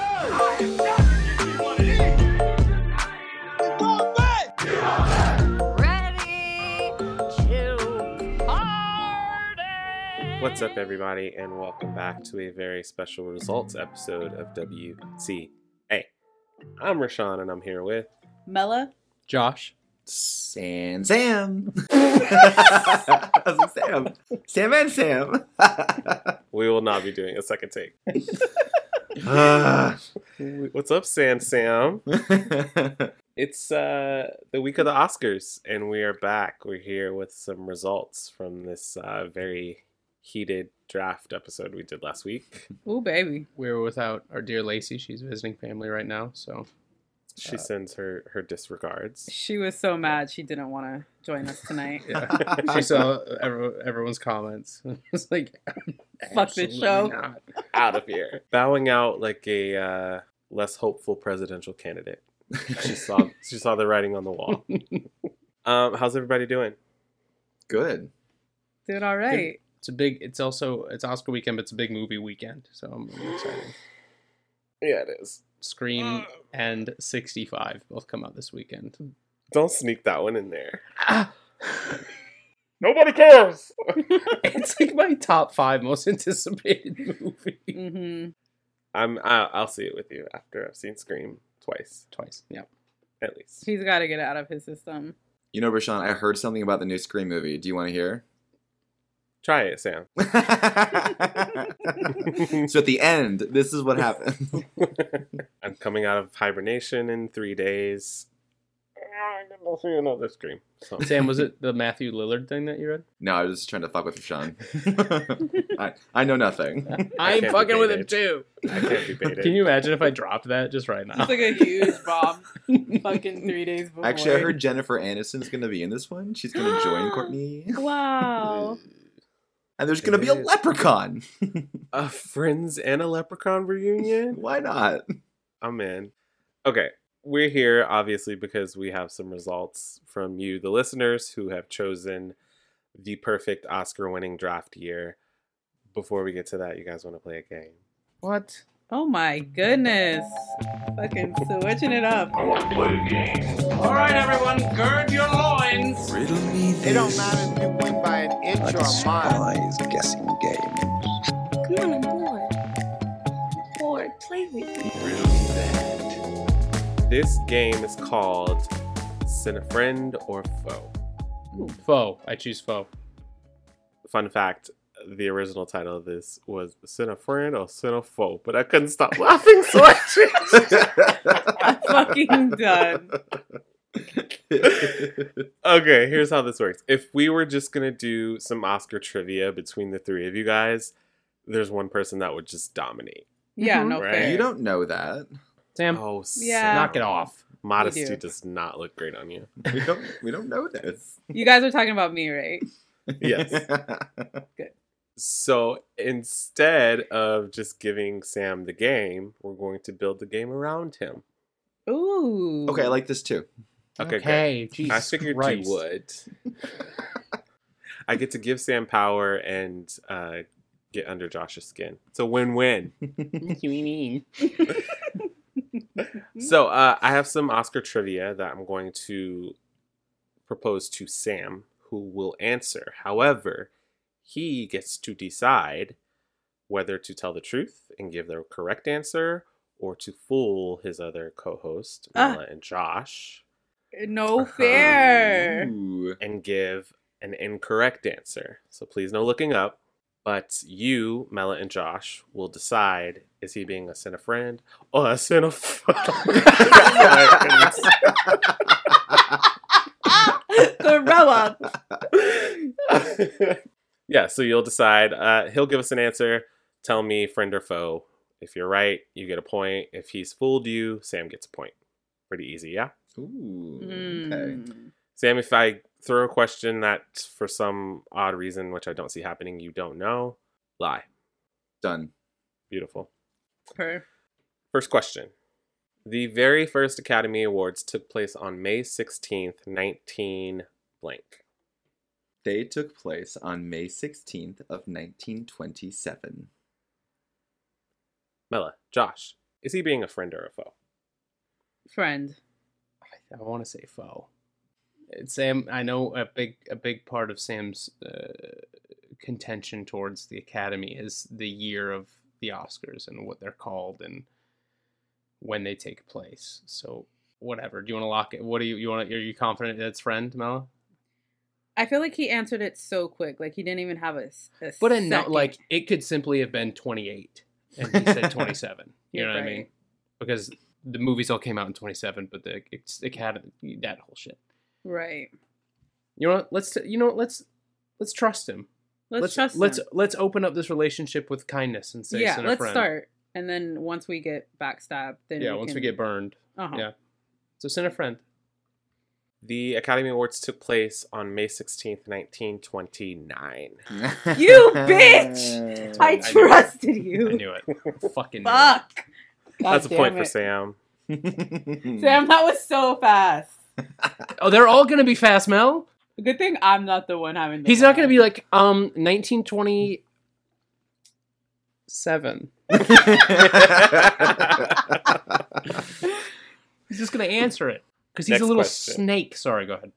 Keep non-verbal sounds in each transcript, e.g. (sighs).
I am not giving you what it is. Go back! Ready to party. What's up, everybody, and welcome back to a very special results episode of WCA. I'm Rashawn, and I'm here with Mella. Josh. (laughs) Sam Sam. I was like, Sam. Sam and Sam. (laughs) We Will Not Be Doing a Second (sighs) Take. (sighs) Ah. What's up, Sam (laughs) Sam? It's uh, the week of the Oscars, and we are back. We're here with some results from this uh, very heated draft episode we did last (laughs) week. Ooh, baby. We were without our dear Lacey. She's visiting family right now, (laughs) so She sends her, her disregards. (laughs) She was so mad she didn't want to join us (laughs) tonight. she saw every, everyone's comments. (laughs) it's like, (laughs) Fuck this absolutely show. not. Out of here. Bowing out like a uh, less hopeful presidential candidate. she (laughs) saw she saw the writing on the (laughs) wall. um, how's everybody doing? Good. Did all right. It's a big. It's also it's Oscar weekend, but it's a big movie weekend. So I'm really excited. Yeah, it is. (gasps) Scream and 65 both come out this weekend. (laughs) Don't sneak that one in there. Nobody cares. it's like my top five most (laughs) anticipated movie. Mm-hmm. I'm I'll, I'll see it with you after I've seen Scream twice Twice. Yeah. at least. He's got to get it out of his system. You know, Rashawn, I heard something about the new Scream movie. Do you want (laughs) to hear? Try it, (laughs) Sam. so at the end, this is what happens. (laughs) I'm coming out of hibernation in three days. Ah, I'm gonna see another Scream. So, Sam, was it the Matthew Lillard thing that you read? No, I was just trying to fuck (laughs) with Rashawn. I, I know nothing. I'm can't fucking be with him dated. too. I can't (laughs) be baited. Can you imagine if I dropped that just right now? It's like a huge (laughs) bomb. Fucking three days before. Actually, I heard Jennifer Aniston's going to be in this one. She's going to (gasps) join Courtney. Wow. And there's going to be a It is. leprechaun. a Friends and a Leprechaun (laughs) reunion? (laughs) Why not? (laughs) I'm in. Okay. We're here obviously because we have some results from you, the listeners, who have chosen the perfect Oscar winning draft year. Before we get to that, you guys want to play a game? What? Oh my goodness. Fucking switching it up. All right, everyone, gird your loins. It don't matter if you win by an inch or a mile. (laughs) Come on, board. Board, play with me. This game is called Sin Friend or Foe. Foe. I choose foe. Fun fact the original title of this was Sin a Friend or Sin a Foe, but I couldn't stop (laughs) laughing, so I changed I'm fucking done. okay, here's how this works. If we were just gonna do some Oscar trivia between the three of you guys, there's one person that would just dominate. Yeah, Mhm. no Right. fair. You don't know that. Sam, Oh, Yeah. knock it off. Modesty We do. does not look great on you. We don't. We don't know this. You guys are talking about me, right? Yes. so instead of just giving Sam the game, we're going to build the game around him. Ooh. (laughs) (laughs) okay, I like this too. Okay, Jesus I figured Christ. you would. I get to give Sam power and uh, get under Josh's skin. It's a win-win. So uh, I have some Oscar trivia that I'm going to propose to Sam, who will answer. However, he gets to decide whether to tell the truth and give the correct answer or to fool his other co-host, Ah. Mila and Josh, No (laughs) fair. Ooh. and give an incorrect answer. So please no looking up. But you, Mela and Josh, will decide is he being a sin of friend or a sin of (laughs) Grow up. (laughs) yeah, so you'll decide. Uh, he'll give us an answer. Tell me, friend or foe. If you're right, you get a point. If he's fooled you, Sam gets a point. Pretty easy, yeah? Ooh. Okay. Mm. Sam, if I throw a question that for some odd reason, which I don't see happening, you don't know, lie. Done. Beautiful. Okay. First question. The very first Academy Awards took place on May 16th, 19 blank. They took place on May 16th of 1927. Mela, Josh, is he being a friend or a foe? Friend. I, I want to say foe. Uh, Sam, I know a big a big part of Sam's uh, contention towards the Academy is the year of the Oscars and what they're called and when they take place. So whatever. Do you want to lock it? What do you you want? Are you confident that's friend, Mela? I feel like he answered it so quick. Like he didn't even have a, s- a But a no, second. like it could simply have been 28, and he (laughs) said 27. you know You're what I right. mean? Because the movies all came out in 27, but the it's academy that whole shit. Right. You know what? Let's you know what? let's let's trust him. Let's, trust let's him. let's open up this relationship with kindness and say, yeah, "Send a let's friend." start. And then once we get backstabbed, then Yeah, once we get burned. uh yeah. So send a friend. The Academy Awards took place on May 16th, 1929. You bitch! I knew it. trusted (laughs) I you. (laughs) knew it. Fucking knew it. Fuck. God That's a point damn for it. (laughs) Sam. Sam, that was so fast. Oh, they're all gonna be fast, Mel. Good thing I'm not the one having. The He's not gonna be like um 1927. (laughs) He's just gonna answer it because he's Next a little question. snake. Sorry, go ahead.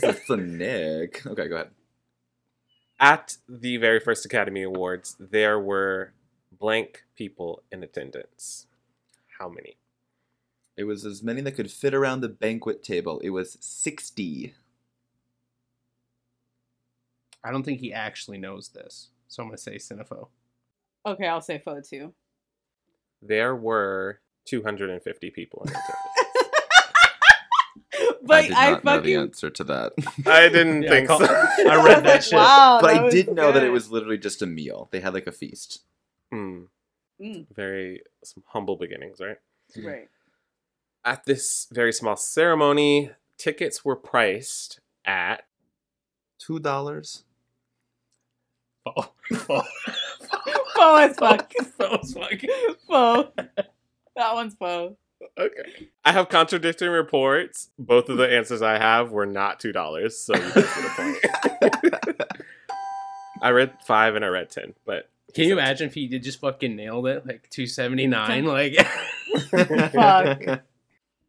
That's the Nick. Okay, go ahead. At the very first Academy Awards, there were blank people in attendance. How many? It was as many that could fit around the banquet table. It was 60. I don't think he actually knows this, so I'm gonna say Cinepho. Okay, I'll say foe too. (laughs) There were 250 people in (laughs) attendance. But did I, not know the fucking. (laughs) answer to that. (laughs) I didn't Yeah, think call- so. I read that (laughs) shit. Wow, but I Oh, was did know that it good. was literally just a meal. They had like a feast. Mm. Mm. Very some humble beginnings, right? right. At this very small ceremony, tickets were priced at Two dollars. Faux. Faux. Foe as fuck. Faux. fuck. Foe. That one's foe. Okay. I have contradicting reports. Both of the answers I have were not two dollars, so you just get a point. I read five and I read ten, but Can you imagine if he did just fucking nailed it like 279? Like (laughs) Fuck.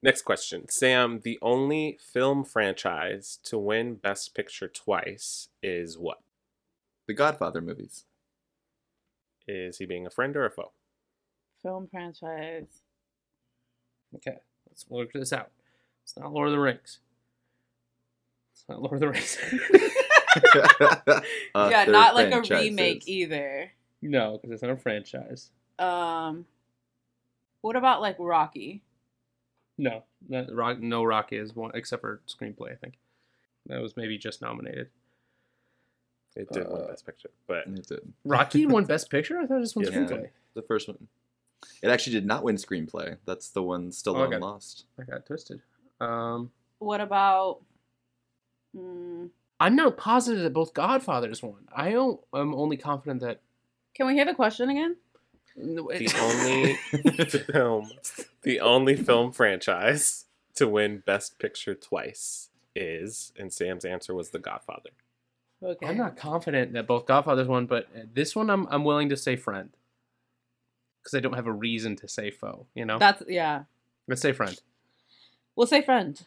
next question. Sam, the only film franchise to win Best Picture twice is what? The Godfather movies. Is he being a friend or a foe? Film franchise. okay, let's work this out. It's not Lord of the Rings. It's not Lord of the Rings. (laughs) (laughs) Uh, yeah, they're not like a franchises. remake either. no, because it's not a franchise. Um, what about like Rocky? No, not, Rock, no Rocky is one except for screenplay. I think that was maybe just nominated. It did win Uh, Best Picture, (laughs) but It did. Rocky won Best Picture. I thought it just won Yeah. screenplay. The first one. It actually did not win screenplay. That's the one Oh, Stallone Okay. lost. I got twisted. Um, What about? Mm, I'm not positive that both Godfathers won. I don't, I'm only confident that can we hear the question again? no, the it- only film the only film franchise to win best picture twice is and sam's answer was the godfather (laughs) Okay. I'm not confident that both Godfathers won, but uh, this one I'm I'm willing to say friend because I don't have a reason to say foe. You know, That's yeah. let's say friend. We'll say friend.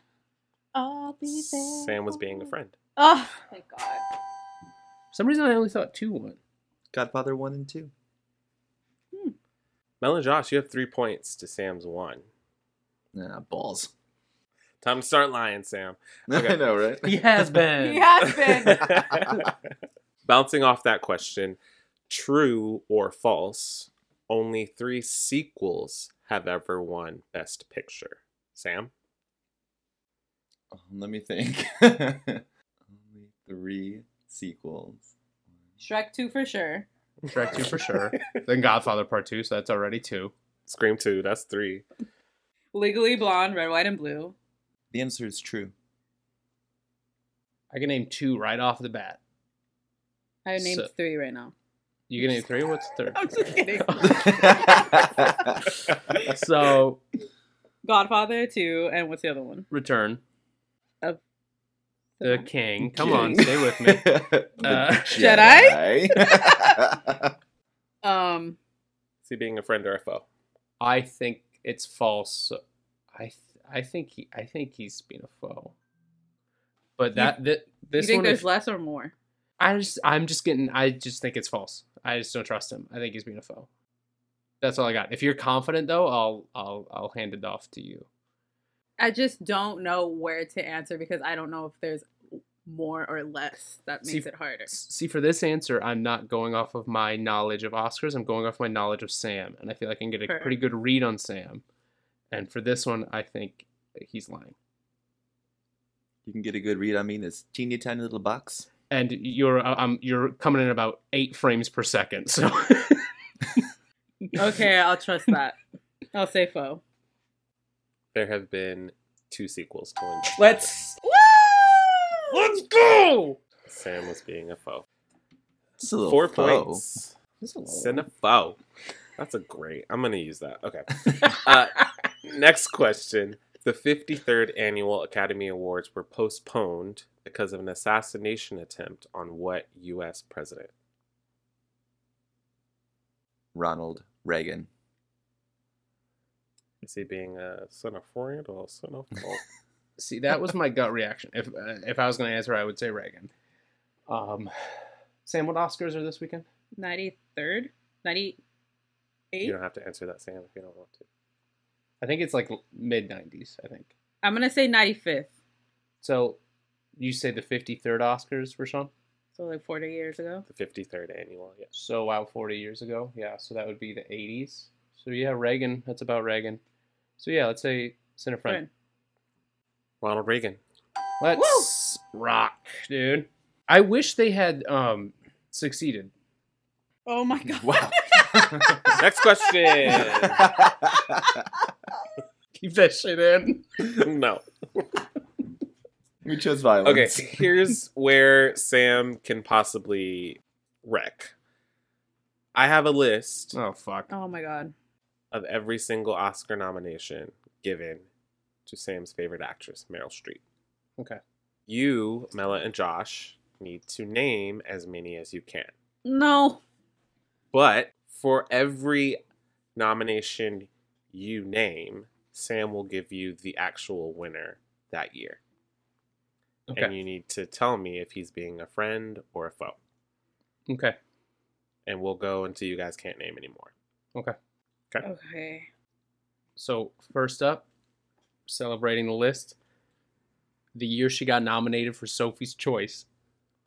I'll be there. sam was being a friend Oh, thank God. For some reason I only thought two won. Godfather one and two. mel and josh you have three points to sam's one Nah, balls. (laughs) time to start lying sam Okay. I (laughs) know, right? (laughs) He (laughs) has (laughs) been. He has been. bouncing off that question true or false only three sequels have ever won best picture sam Um, Let me think. (laughs) Only three sequels. Shrek two for sure. Shrek two for (laughs) sure. then Godfather Part two, so that's already two. scream two that's three Legally Blonde, Red, White, and Blue. The answer is true. (laughs) I can name two right off the bat. I named So- three right now. You get a three? What's the (laughs) (laughs) I'm just kidding. third? so, Godfather two, and what's the other one? Return. Of the King. Come on, stay with (laughs) me. Uh, Jedi? I? Um, Is he being a friend or a foe? I think it's false. I th- I think he I think he's been a foe. But that thi- you this think one there's is- less or more? I just I'm just getting I just think it's false. I just don't trust him. I think he's being a foe. That's all I got. If you're confident though, I'll I'll I'll hand it off to you. I just don't know where to answer because I don't know if there's more or less. That See, makes it harder. (laughs) S- See for this answer, I'm not going off of my knowledge of Oscars. I'm going off my knowledge of Sam, and I feel like I can get a Fair. pretty good read on Sam. And for this one, I think he's lying. (laughs) you can get a good read on me in this teeny tiny little box. And you're uh, um you're coming in about eight frames per second. (laughs) So Okay, I'll trust that. (laughs) I'll say foe. There have been two sequels to Injustice. let's let's go. Sam was being a foe. Just a little Four foe. points. This (laughs) is a little- Cinephobe. That's a great. I'm gonna use that. Okay. Uh, next question: The 53rd annual Academy Awards were postponed because of an assassination attempt on what U.S. president? Ronald (laughs) Reagan. Is he being a xenophobe or xenophobe? See, that was my gut reaction. If uh, if I was going to answer, I would say Reagan. Um, Sam, what Oscars are this weekend? Ninety third, ninety you eight. don't have to answer that, Sam, if you don't want to. I think it's like mid '90s. I think. I'm gonna say ninety fifth. So, you say the 53rd Oscars, Rashawn? So like forty years ago. The 53rd annual. Yeah. So wow, 40 years ago. Yeah, so that would be the 80s. So yeah, Reagan. That's about Reagan. So yeah, let's say Cinefriend. Friend. Ronald Reagan. Let's rock, dude. I wish they had um succeeded. Oh my god. Wow. Next question. (laughs) Keep that shit in. no. we chose violence. Okay, here's where Sam can possibly wreck. I have a list Oh fuck. Oh my god. of every single Oscar nomination given to Sam's favorite actress, Meryl Streep. Okay. You, Mela, and Josh need to name as many as you can. No. But for every nomination you name, Sam will give you the actual winner that year. And Okay. you need to tell me if he's being a friend or a foe. Okay. and we'll go until you guys can't name anymore. Okay. So first up, celebrating the list. The year she got nominated for Sophie's Choice.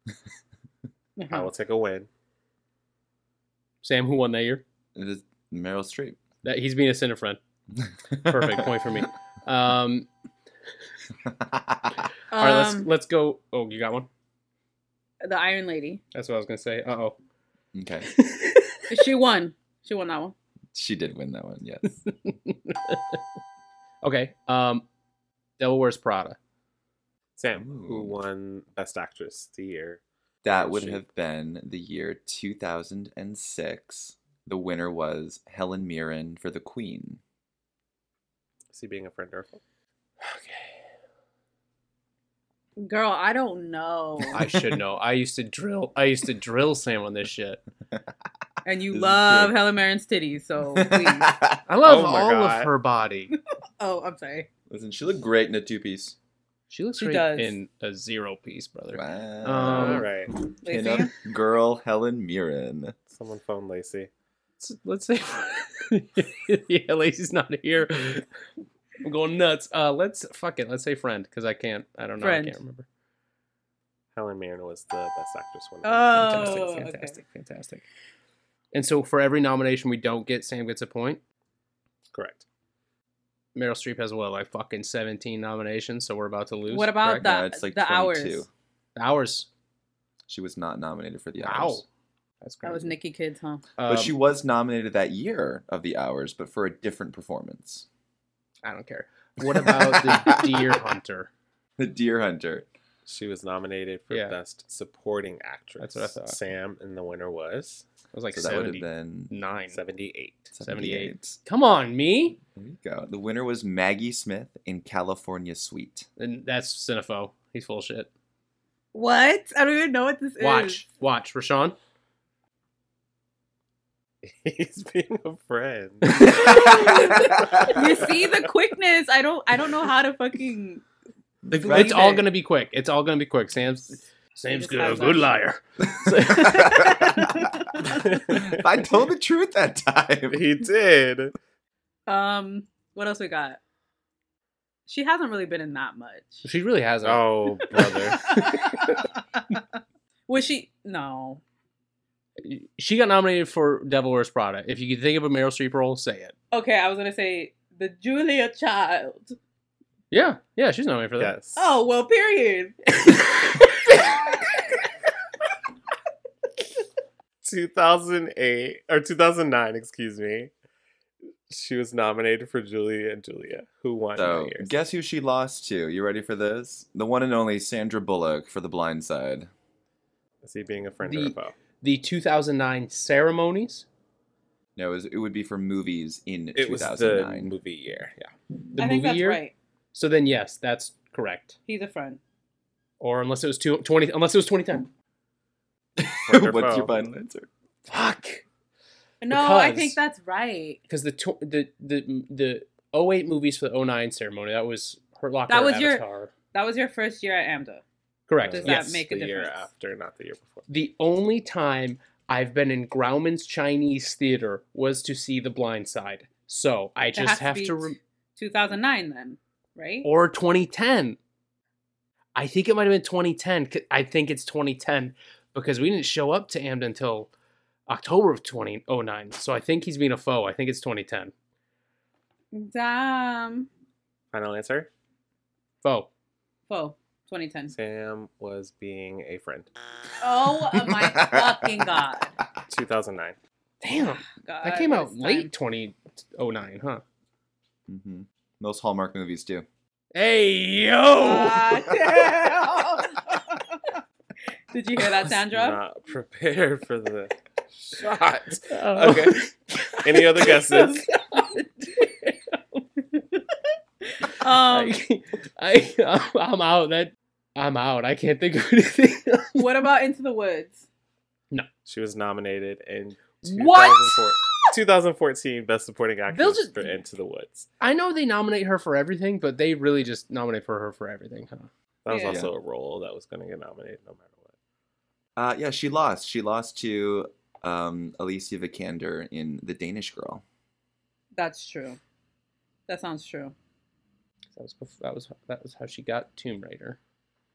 Hmm. I will take a win. Sam, who won that year? It is Meryl Streep. That he's being a Cinefriend. (laughs) Perfect point (laughs) for me. Um, all right, let's Um, let's go. Oh, you got one. the Iron Lady. That's what I was gonna say. Uh oh. (laughs) (laughs) okay. she won. She won that one. She did win that one, yes. Okay. Um, Devil Wears Prada. Sam, Ooh. who won Best Actress the year? That would She- have been the year 2006. The winner was Helen Mirren for The Queen. Is he being a friend or a foe? Girl, I don't know. I should (laughs) know. I used to drill. I used to drill Sam on this shit. And you This is love true. Helen Mirren's titties, (laughs) so Oh, please. I love Oh my all God. of her (laughs) body. oh, I'm sorry. Listen, she looked great in a two piece. She looks She great does. in a zero piece, brother. Wow. Um, All right. Wait, Pinup Sam? uh, girl Helen Mirren. Someone phone Lacey. Let's, let's say, (laughs) yeah, Lacey's not here. I'm going nuts. Uh, let's fuck it. Let's say friend because I can't. I don't know. Friend. I can't remember. Helen Mirren was the Best Actress winner. Oh, Fantastic, okay. fantastic, fantastic. And so for every nomination we don't get, Sam gets a point. Correct. Meryl Streep has what, like fucking 17 nominations, so we're about to lose. What about correct? No, the, it's like the 22. hours? hours? She was not nominated for The Wow, Hours. that's crazy. That was Nikki Kids, huh? Um, But she was nominated that year of The Hours, but for a different performance. (laughs) I don't care. What about the Deer Hunter? The Deer Hunter. She was nominated for Yeah. Best Supporting Actress. That's what I thought. Sam, and the winner was I was like so that would have 79. been 78. 78. Come on, me. There you go. The winner was Maggie Smith in California (laughs) Suite. (laughs) And that's Cinefo. He's full of shit. What? I don't even know what this is. (laughs) Watch, watch, Rashawn. (laughs) He's being a friend. (laughs) (laughs) You see the quickness. I don't. I don't know how to fucking. The- Right It's all there. gonna be quick. It's all gonna be quick. Sam's Sam's just good, has a that. good (laughs) liar. I told the truth that time. he did. Um. What else we got? She hasn't really been in that (laughs) much. (laughs) She really has. Oh, Oh, (laughs) brother. Was she? No. she got nominated for Devil Wears Prada. If you could think of a Meryl Streep role, say it. Okay, I was gonna say the Julia Child. Yeah, yeah, she's nominated for that. yes. Oh well, period. 2008 or 2009, excuse me. She was nominated for Julia and Julia, who won So, that year. guess who she lost to? You ready for this? The one and only Sandra Bullock for The Blind Side. Is he being a friend or a The- foe? The 2009 ceremonies. No, it, was, it would be for movies in It was the 2009. movie year. Yeah. The I movie think that's year. right. So then, yes, that's correct. He's a friend. Or unless it was two, 20, unless it was 2010. Friend or (laughs) (laughs) What's foe? your final answer? Fuck. No, I Because- think that's right. Because the, tw- the the the 08 movies for the 09 ceremony that was Hurt Locker. That was your- Avatar. your That was your first year at AMDA. correct. Does that yes. make a the year difference? after, not the year before. the only time I've been in Grauman's Chinese theater was to see The Blind Side. So I has just to have be to, rem- 2009 then, right? or 2010. I think it might have been 2010. 'cause- I think it's 2010 because we didn't show up to Amden until October of 2009. So I think he's being a foe. I think it's 2010. Damn. Final answer? Foe. Whoa, 2010. Sam was being a friend. Oh my fucking god. 2009. Damn, God, that came out this late 2009, huh? hmm Most Hallmark movies do. Hey yo! time. Oh. (laughs) Ah, damn. Did you hear that, Sandra? Not prepared for the shot. Oh. Okay. Any other guesses? Um, I, (laughs) I, I'm out. That I'm out. I can't think of anything. what about Into the Woods? She was nominated in What? 2004 2014 Best Supporting Actress just- for Into the Woods. I know they nominate her for everything, but they really just nominate for her for everything, huh? That was Yeah. also a role that was going to get nominated no matter what. Uh, yeah, she lost. She lost to um, Alicia Vikander in The Danish Girl. That's true. That sounds true. That was bef- that was that was how she got Tomb Raider.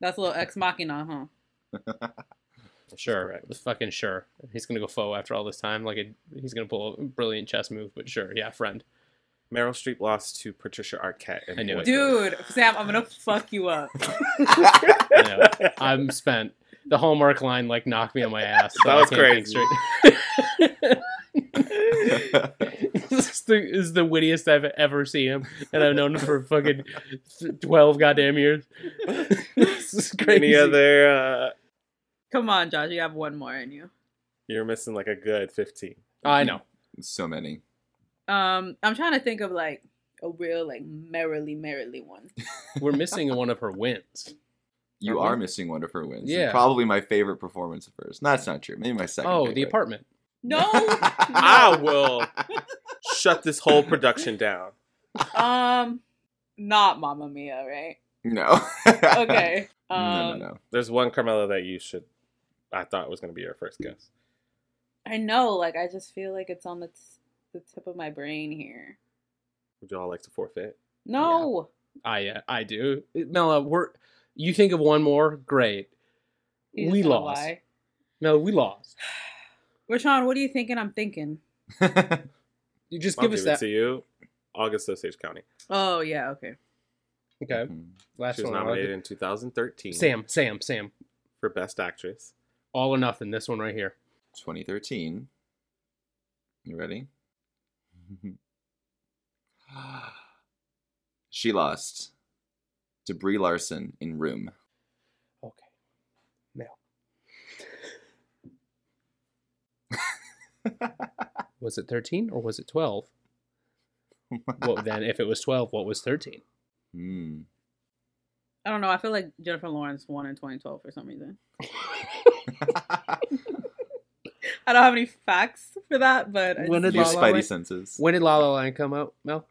That's a little ex machina, huh? Sure, correct. fucking sure. He's gonna go foe after all this time. Like a, he's gonna pull a brilliant chess move, but sure, yeah, friend. Meryl Streep lost to Patricia Arquette. In I knew it. Dude, Sam, I'm gonna fuck you up. I (laughs) know. I'm spent. The Hallmark line like knocked me on my ass. That was I can't think straight. (laughs) this, is the, this is the wittiest I've ever seen him, and I've known him for fucking twelve goddamn years. (laughs) this is Any crazy. other? Uh, Come on, Josh, you have one more in you. you're missing like a good 15. I know. So many. Um, I'm trying to think of like a real like merrily, merrily (laughs) one. We're missing one of her wins. Aren't You we? are missing one of her wins. Yeah. Probably my favorite performance of hers. No, that's not true. Maybe my second. Oh, favorite. the apartment. (laughs) No. I Ah, will shut this whole production down. um, not Mamma Mia, right? No. (laughs) (laughs) Okay. Um, no, no, no. There's one Carmela that you should. I thought was going to be your first guess. I know. Like, I just feel like it's on the t- the tip of my brain here. Would you all like to forfeit? No. (laughs) I uh, I do. Mela, we're you think of one more? Great. You just We wanna lost. lie. Mela, we lost. Rashawn, what are you thinking? I'm thinking. You just I'll give us it that. to you. August Osage County. Oh yeah. Okay. (laughs) Okay. Hmm. Last She was one. I'll give- nominated in 2013 Sam, Sam, Sam. for Best Actress. All or nothing. This one right here. 2013. You ready? (gasps) she lost to Brie Larson in Room. Okay. Was it 13 or was (laughs) it 12? well, then if it was 12, what was 13? Hmm. I don't know. I feel like Jennifer Lawrence won in 2012 for some reason. I don't have any facts for that, but I When (laughs) just- did Use La La spidey Land- senses. When did La La Land come out, Mel?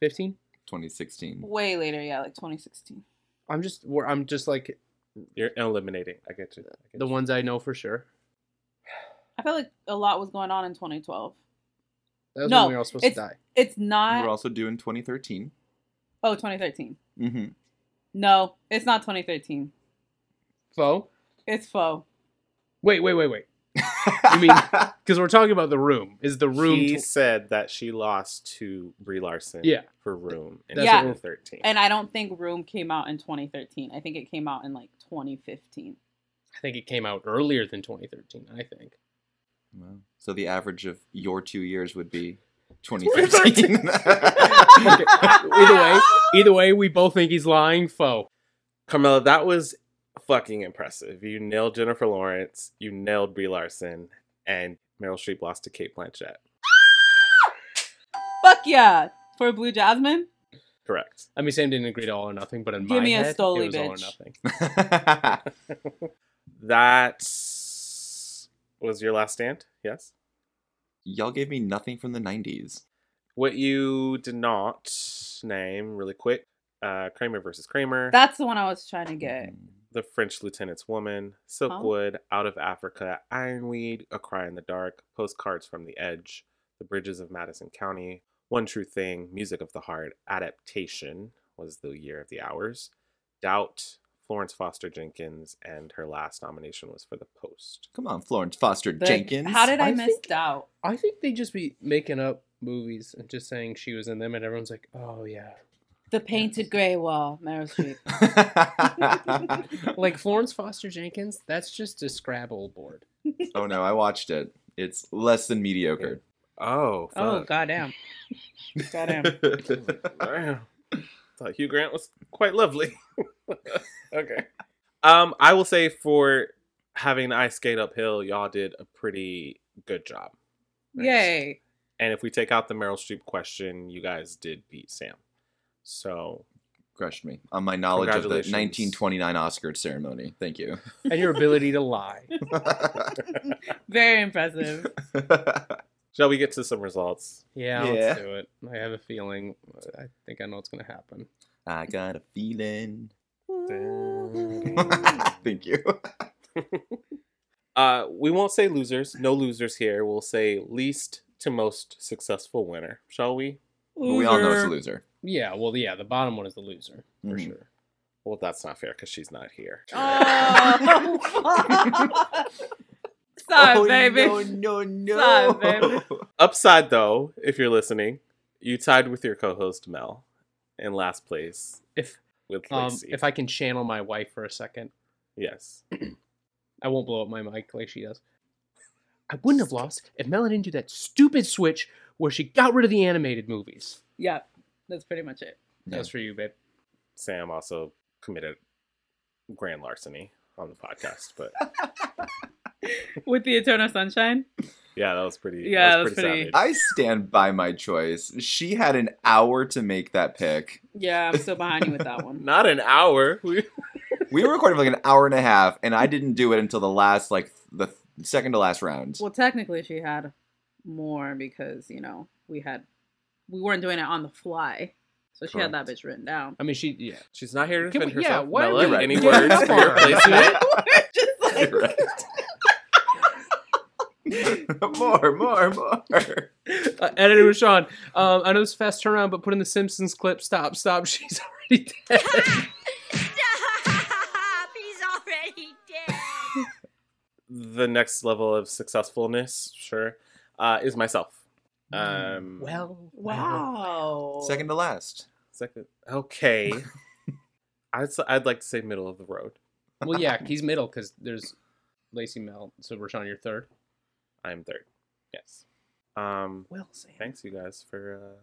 15? 2016. way later, yeah, like 2016. I'm just we're, I'm just like You're eliminating. I get you. I get the you. ones I know for sure. I felt like a lot was going on in 2012. That was No, when we were all supposed to it's- die. It's We not. We're also doing 2013. Oh, 2013. Mm-hmm. No, it's not 2013. Foe? It's faux. Wait, wait, (laughs) wait, wait. You mean because we're talking about the room? Is the room? He tw- said that she lost to Brie Larson. Yeah. For Room in That's Yeah. what we're- 2013. And I don't think Room came out in 2013. I think it came out in like 2015. I think it came out earlier than 2013. I think. Wow. So the average of your two years would (laughs) be 2013. Okay. either way, either way, we both think he's lying. Foe. Carmela, that was fucking impressive. You nailed Jennifer Lawrence, you nailed Brie Larson, and Meryl Streep lost to Kate Blanchett. Fuck yeah. For Blue Jasmine? Correct. I mean, Sam didn't agree to all or nothing, but in Give my me a head, Stoli, it was all or bitch. nothing. That was your last stand. Yes. (laughs) Y'all gave me nothing from the 90s. What you did not name really quick: uh, Kramer versus Kramer, That's the one I was trying to get. Mm. The French Lieutenant's Woman, Silkwood, Out of Africa, Ironweed, A Cry in the Dark, Postcards from the Edge, The Bridges of Madison County, One True Thing, Music of the Heart, Adaptation was the year of the hours, Doubt, Florence Foster Jenkins, and her last nomination was for The Post. Come on, Florence Foster But Jenkins. How did I, I miss think- Doubt? I think they just be making up movies and just saying she was in them, and everyone's like, "Oh yeah." The Painted Grey Wall, Meryl (laughs) Streep. Like Florence Foster Jenkins, that's just a Scrabble board. (laughs) oh no, I watched it. It's less than mediocre. (laughs) Oh, oh, goddamn. (laughs) Goddamn. Wow. Thought Hugh Grant was quite lovely. okay. Um, I will say for having the ice skate uphill, y'all did a pretty good job. Yay. And if we take out the Meryl Streep question, you guys did beat Sam. So (laughs) Crushed me on my knowledge of the Congratulations. 1929 Oscar ceremony. (laughs) Thank you. And your ability to lie. Very (laughs) impressive. shall we get to some results? Yeah, Yeah. let's do it. I have a feeling. I think I know what's gonna happen. I got a feeling. (laughs) uh, Thank you. we won't say losers. No losers here. We'll say least to most successful winner. Shall we? But we all know it's a loser. Yeah, well, yeah, the bottom one is the loser for Hmm. Mhm. sure. Well, that's not fair because she's not here. Oh, (laughs) fuck. Sorry, baby. Oh, no, no. Sorry, baby. Upside though, if you're listening, you tied with your co-host Mel in last place If with um, Lacey. if I can channel my wife for a second, yes, I won't blow up my mic like she does. I wouldn't have lost if Mel didn't do that stupid switch where she got rid of the animated movies. Yeah, that's pretty much it. Yeah. That's for you, babe. Sam also committed grand larceny on the podcast, (laughs) but With the Eternal Sunshine? yeah, that was pretty. Yeah, that was that's pretty- savage. I stand by my choice. She had an hour to make that pick. Yeah, I'm still behind you with that one. Not an hour. (laughs) We- We were recording for like an hour and a half, and I didn't do it until the last, like, the second to last round. (laughs) Well, technically, she had more because, you know, we had, we weren't doing it on the fly. So she had that bitch written (laughs) down. I mean, she yeah. She's not here to Can defend we- yeah, herself. why are Mella, we any doing words (laughs) that for your for? placement? Just like, (laughs) Right. (laughs) more, more, more. Uh, edited with Sean. Um, I know it's a fast turnaround, but put in the Simpsons clip. Stop, stop. (laughs) She's already dead. Stop! (laughs) He's already dead. The next level of successfulness, sure, uh, is myself. Mm, Um, wow. Second to last. second. (laughs) Okay, I'd s- I'd like to say middle of the road. Well, yeah, he's middle because there's Lacey Mel. So Rashawn, you're third. I'm third. Yes. Um. Well, Sam. Thanks you guys for uh,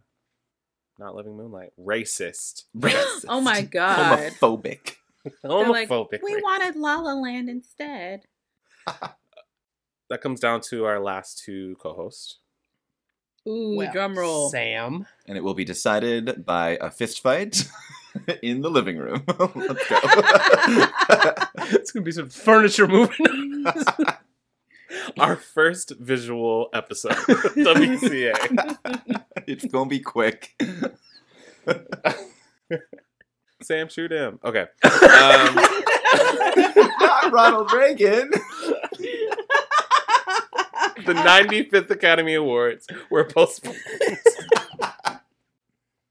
not loving Moonlight. Racist, Racist. (laughs) Oh my God. Homophobic. They're like, homophobic. we wanted La La Land instead. that comes down to our last two co-hosts. (laughs) Ooh, drum roll. (laughs) Sam. And it will be decided by a fist fight (laughs) in the living room. (laughs) Let's go. (laughs) It's gonna be some furniture moving. Our first visual (laughs) episode, WCA. it's going to be quick. Sam, shoot him. Okay. Um, Not Ronald (laughs) Reagan. the 95th Academy Awards were postponed.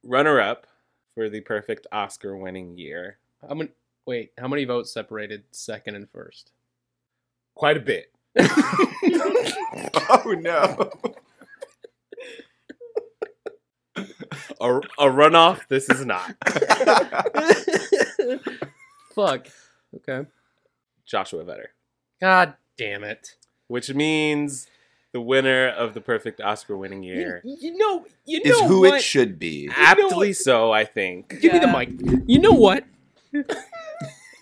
Runner up for the perfect Oscar winning year. How many? Wait, how many votes separated second and (laughs) first? Quite a bit. Oh, no. A, a runoff, this is (laughs) not. (laughs) Fuck. Okay. Joshua Vetter. God damn it. Which means the winner of the perfect Oscar winning year. You, you know, you Is know who what? it should be. You know Aptly what- so, I think. Give me Yeah. the mic. You know (laughs) what?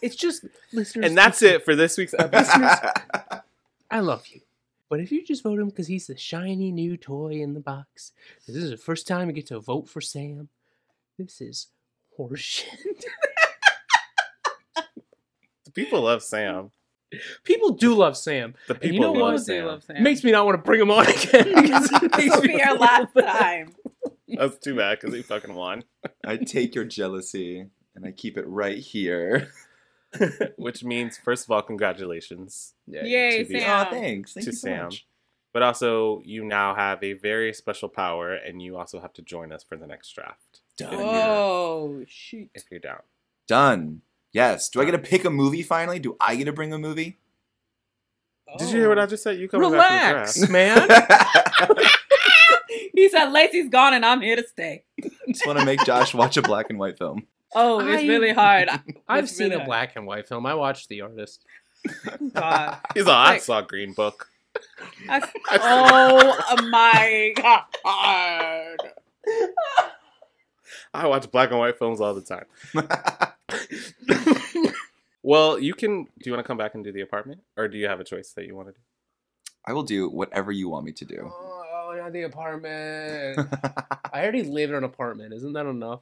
it's just listeners. And that's it for this week's episode. I love you. But if you just vote him because he's the shiny new toy in the box, this is the first time you get to vote for Sam. This is horseshit. (laughs) (laughs) People love Sam. People do love Sam. The you people know love what? Sam. love Sam. Makes me not want to bring him on again. (laughs) because it makes This will me be our feel last bad. time. That's too bad because he fucking won. (laughs) I take your jealousy and I keep it right here. Which means, first of all, congratulations. Yay, to the- Aw, Sam. thanks. Thank to you so Sam. much. But also, you now have a very special power, and you also have to join us for the next draft Done. Whoa, Oh, shoot. if you're down. Done. Yes. Do I get to pick a movie finally? Do I get to bring a (laughs) movie? Did you hear Oh. what I just said? You come back Oh. Relax, (laughs) from the draft. (laughs) man. (laughs) He said, Lacey's gone and I'm here to stay. Just want to make Josh watch a black and white film. (laughs) Oh, it's I- really hard. I- I've it's seen really a black and white film. I watched The Artist. hard. (laughs) God. He's all, I Like- saw Green Book. (laughs) I- oh my god. I watch black and white films all the time. Well, you can. Do you want to come back and do the apartment, or do you have a choice that you want to do? I will do whatever you want me to do. Oh, not the (laughs) apartment. I already live in an apartment. Isn't that enough?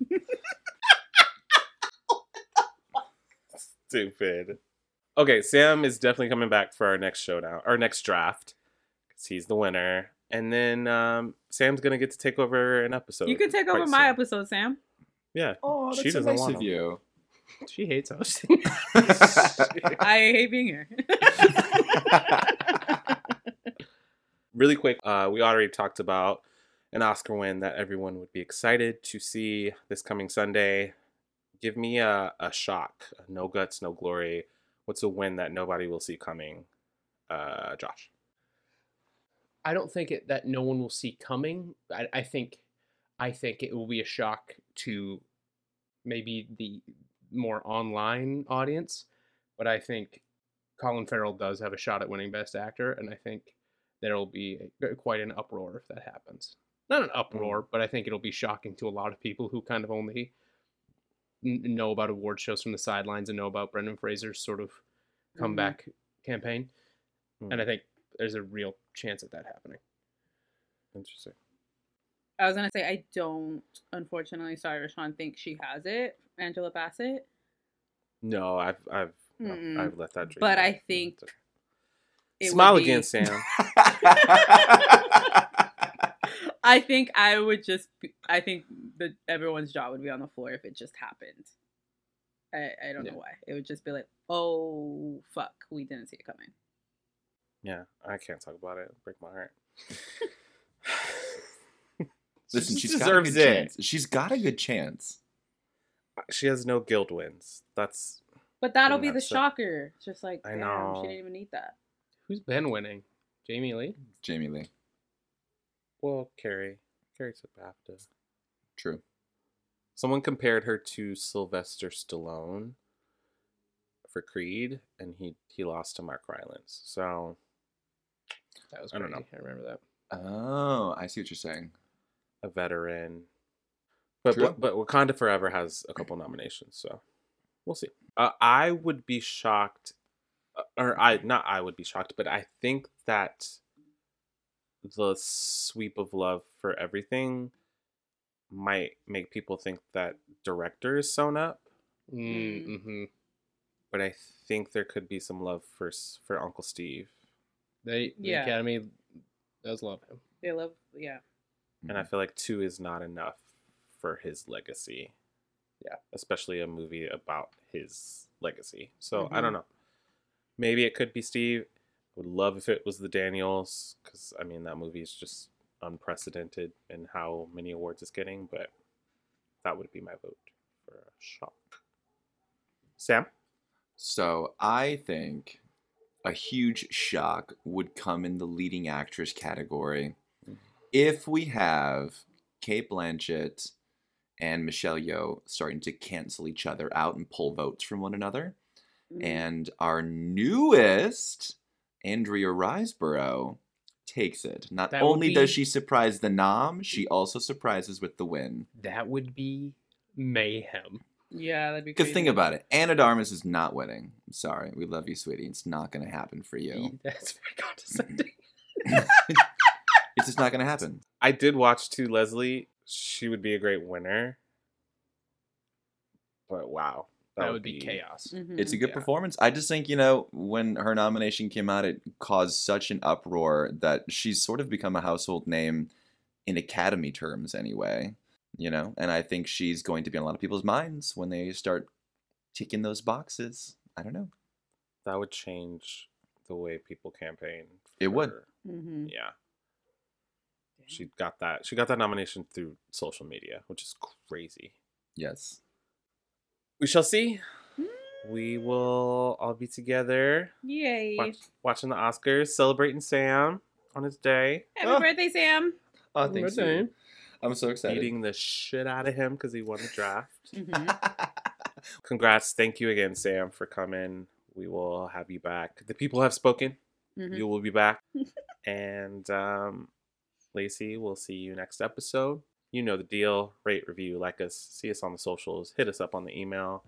Stupid. Okay, Sam is definitely coming back for our next showdown, our next draft, because he's the winner. And then um, Sam's gonna get to take over an episode. You can take quite over my soon. (laughs) episode, Sam. Yeah, oh, that's She so doesn't nice want of him. (laughs) you. She hates us. I hate being here. (laughs) really quick. Uh, we already talked about an Oscar win that everyone would be excited to see this coming Sunday. Give me a, a shock, no guts, no glory. What's a win that nobody will see coming? Uh, Josh. I don't think it, that no one will see coming. I, I think, I think it will be a shock to maybe the more online audience, but I think Colin Farrell does have a shot at winning Best Actor, and I think there'll be a, quite an uproar if that happens. Not Mm. an uproar, but I think it'll be shocking to a lot of people who kind of only n- know about award shows from the sidelines and know about Brendan Fraser's sort of Mm-hmm. comeback campaign. Hmm. And I think there's a real chance of that happening. Interesting. I was gonna say I don't, unfortunately, sorry, Rashawn, think she has it, Angela Bassett. No, I've I've Mm-mm. I've let that dream. But go. I think It would smile be- again, Sam. I think I would just. be- I think the everyone's jaw would be on the floor if it just happened. I, I don't know why. It would just be like, oh fuck, we didn't see it coming. yeah, I can't talk about it. Break my heart. (laughs) Listen, She she's got a deserves good it. chance. She's got a good chance. She has no guild wins. That's But that'll be Yeah, the so- shocker. It's just like, I damn, know. she didn't even need that. (laughs) Who's been winning? Jamie Lee? Jamie Lee. well, Carrie. Carrie took BAFTA. True. Someone compared her to Sylvester Stallone for Creed, and he he lost to Mark Rylance. So That was I crazy. don't I, remember that. Oh, I see what you're saying. a veteran. But, True. but but Wakanda Forever has a couple nominations, so we'll see. Uh, I would be shocked or I not I would be shocked, but I think that the sweep of love for everything might make people think that director is sewn up, Mm, mhm. but I think there could be some love for s- for Uncle Steve, They the Yeah. Academy does love him. They love, yeah. and I feel like two is not enough for his legacy. Yeah. especially a movie about his legacy. So I don't Mhm. Mm-hmm. know. Maybe it could be Steve. I would love if it was the Daniels, because I mean that movie is just unprecedented in how many awards it's getting. But that would be my vote for a shock. Sam. So I think a huge shock would come in the leading actress category Mm-hmm. if we have Kate Blanchett and Michelle Yeoh starting to cancel each other out and pull votes from one another, Mm-hmm. Mm-hmm. and our newest Andrea Riseborough takes it. Not That would only does be- she surprise the nom, she also surprises with the win. That would be mayhem. Yeah, that'd be Because think crazy. about it, Anna Darmus is not winning. I'm sorry, we love you, sweetie. It's not going to happen for you. (laughs) That's very condescending. It's just not going to happen. I did watch too Leslie. She would be a great winner. But wow. That would be chaos. Mhm. It's a good Yeah. performance. I just think you know when her nomination came out, it caused such an uproar that she's sort of become a household name in Academy terms, anyway. You know, and I think she's going to be on a lot of people's minds when they start ticking those boxes. I don't know. That would change the way people campaign. It would. for- Mhm. Yeah. She got that. She got that nomination through social media, which is crazy. Yes. We shall see. We will all be together Yay. watch, watching the Oscars, celebrating Sam on his day, Happy Ah. birthday, Sam. Oh, thanks. Okay. sweetie. I'm so excited. beating the shit out of him because he won the draft. Mhm. Congrats. Thank you again, Sam, for coming. We will have you back. The people have spoken. Mhm. You will be back. and um, Lacey, we'll see you next episode. You know the deal. Rate, review, like us, see us on the socials, hit us up on the email.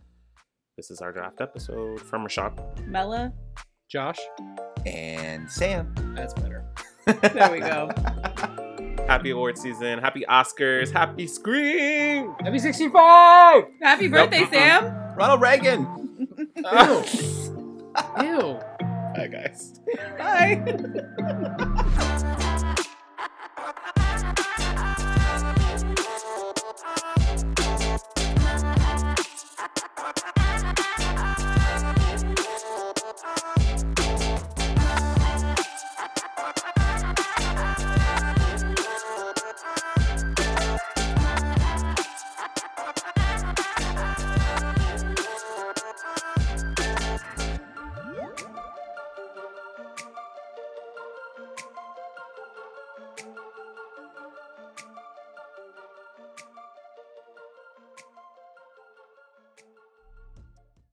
This is our draft episode from Rashad. Mella. Josh, (laughs) and Sam. that's better. There we go. Happy award season. Happy Oscars. Happy Scream. Happy 65! Happy Nope. birthday, Sam. Ronald Reagan. Ew. Ew. Hi, guys. Bye.